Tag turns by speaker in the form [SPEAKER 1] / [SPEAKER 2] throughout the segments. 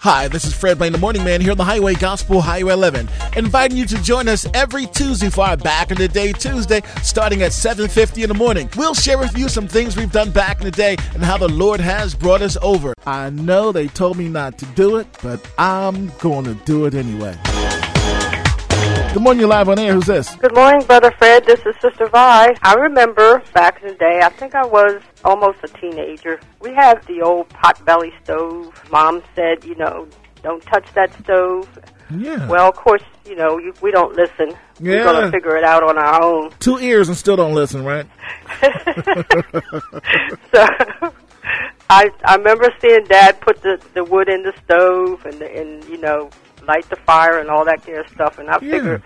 [SPEAKER 1] Hi, this is Fred Blaine, the Morning Man, here on the Highway Gospel Highway 11, inviting you to join us every Tuesday for our Back in the Day Tuesday, starting at 7:50 in the morning. We'll share with you some things we've done back in the day and how the Lord has brought us over. I know they told me not to do it, but I'm going to do it anyway. Good morning, you're live on air. Who's this?
[SPEAKER 2] Good morning, Brother Fred. This is Sister Vi. I remember back in the day, I think I was almost a teenager. We had the old potbelly stove. Mom said, you know, don't touch that stove.
[SPEAKER 1] Yeah.
[SPEAKER 2] Well, of course, you know, you, we don't listen. We're going
[SPEAKER 1] Yeah.
[SPEAKER 2] to figure it out on our own.
[SPEAKER 1] Two ears and still don't listen, right?
[SPEAKER 2] So I I remember seeing Dad put the the wood in the stove and the, and you know light the fire and all that kind of stuff, and I
[SPEAKER 1] Yeah.
[SPEAKER 2] figured,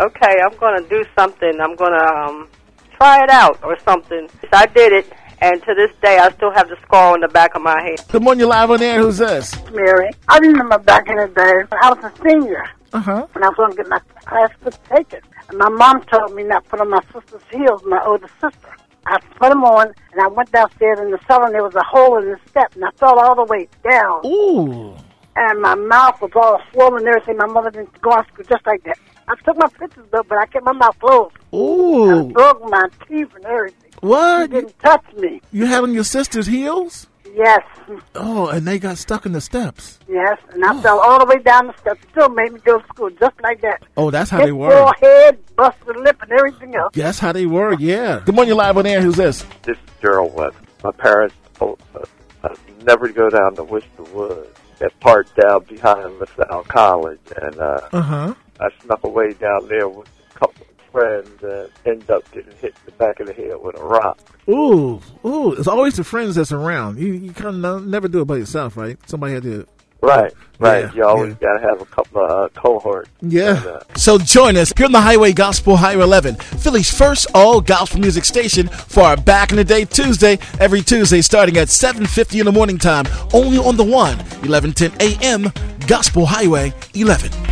[SPEAKER 2] okay, I'm gonna do something. I'm gonna um, try it out or something. So I did it, and to this day, I still have the scar on the back of my head.
[SPEAKER 1] Good morning, you're live on air. Who's this?
[SPEAKER 3] Mary. I remember back in the day when I was a senior
[SPEAKER 1] Uh huh.
[SPEAKER 3] when I was going to get my class book taken. And my mom told me not to put on my sister's heels, my older sister. I put them on, and I went downstairs in the cellar, and there was a hole in the step, and I fell all the way down.
[SPEAKER 1] Ooh.
[SPEAKER 3] And my mouth was all swollen and everything. My mother didn't go out school just like that. I took my pictures, though, but I kept my mouth closed. I
[SPEAKER 1] Ooh.
[SPEAKER 3] broke my teeth and everything. She
[SPEAKER 1] What?
[SPEAKER 3] didn't touch me.
[SPEAKER 1] You had on your sister's heels?
[SPEAKER 3] Yes,
[SPEAKER 1] Oh, and they got stuck in the steps.
[SPEAKER 3] yes. And I fell all the way down the steps. Still made me go to school just like that.
[SPEAKER 1] Oh, that's how
[SPEAKER 3] Hit
[SPEAKER 1] they were.
[SPEAKER 3] forehead, busted lip, and everything else.
[SPEAKER 1] That's how they were, yeah. Good morning, you're live on air. Who's this?
[SPEAKER 4] This is Gerald West. My parents told us uh, never to go down to Worcester Woods. That part down behind LaSalle College. And uh,
[SPEAKER 1] Uh huh.
[SPEAKER 4] I snuck away down there with a couple of friends and ended up getting hit in the back of the head with a rock.
[SPEAKER 1] Ooh, ooh. It's always the friends that's around. You you kind of never do it by yourself, right? Somebody had to.
[SPEAKER 4] Right, right.
[SPEAKER 1] Yeah,
[SPEAKER 4] you always
[SPEAKER 1] yeah.
[SPEAKER 4] got to have a couple of uh, cohorts.
[SPEAKER 1] Yeah.
[SPEAKER 4] And, uh,
[SPEAKER 1] So join us here on the Highway Gospel Highway 11, Philly's first all gospel music station for our Back in the Day Tuesday, every Tuesday starting at 7.50 in the morning time, only on the 1, 1110 a.m., Gospel Highway 11.